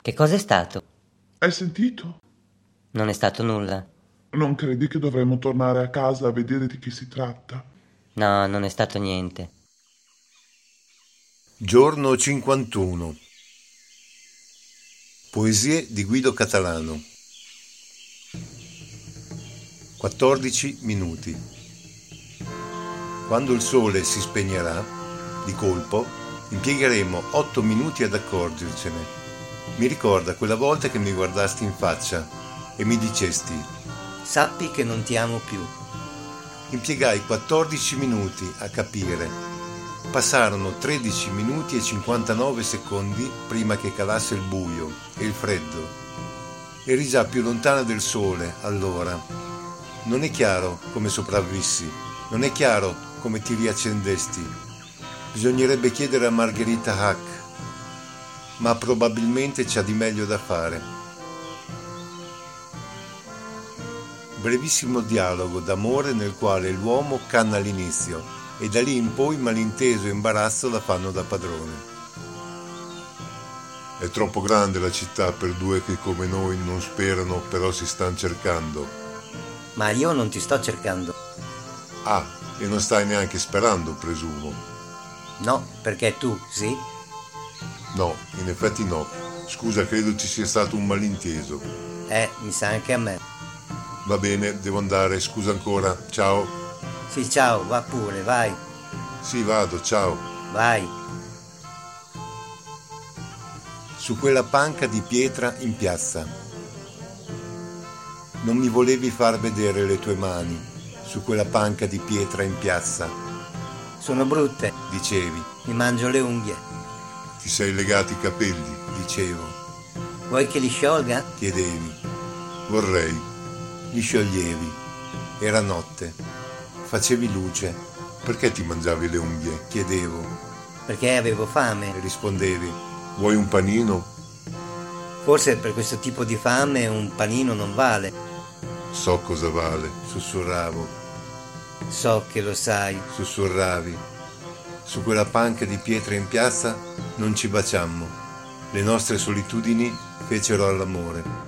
Che cosa è stato? Hai sentito? Non è stato nulla. Non credi che dovremmo tornare a casa a vedere di chi si tratta? No, non è stato niente. Giorno 51 Poesie di Guido Catalano 14 minuti Quando il sole si spegnerà, di colpo, impiegheremo 8 minuti ad accorgercene. Mi ricorda quella volta che mi guardasti in faccia e mi dicesti Sappi che non ti amo più. Impiegai 14 minuti a capire Passarono 13 minuti e 59 secondi prima che calasse il buio e il freddo. Eri già più lontana del sole allora. Non è chiaro come sopravvissi, non è chiaro come ti riaccendesti. Bisognerebbe chiedere a Margherita Hack, ma probabilmente c'ha di meglio da fare. Brevissimo dialogo d'amore nel quale l'uomo canna l'inizio e da lì in poi malinteso e imbarazzo la fanno da padrone. È troppo grande la città per due che come noi non sperano, però si stanno cercando. Ma io non ti sto cercando. Ah, e non stai neanche sperando, presumo. No, perché tu, sì? No, in effetti no. Scusa, credo ci sia stato un malinteso. Eh, mi sa anche a me. Va bene, devo andare, scusa ancora. Ciao. Sì, ciao, va pure, vai. Sì, vado, ciao. Vai. Su quella panca di pietra in piazza. Non mi volevi far vedere le tue mani su quella panca di pietra in piazza. Sono brutte, dicevi. Mi mangio le unghie. Ti sei legati i capelli, dicevo. Vuoi che li sciolga? chiedevi. Vorrei. Li scioglievi. Era notte facevi luce. Perché ti mangiavi le unghie? chiedevo. Perché avevo fame, e rispondevi. Vuoi un panino? Forse per questo tipo di fame un panino non vale. So cosa vale, sussurravo. So che lo sai, sussurravi. Su quella panca di pietra in piazza non ci baciammo. Le nostre solitudini fecero all'amore.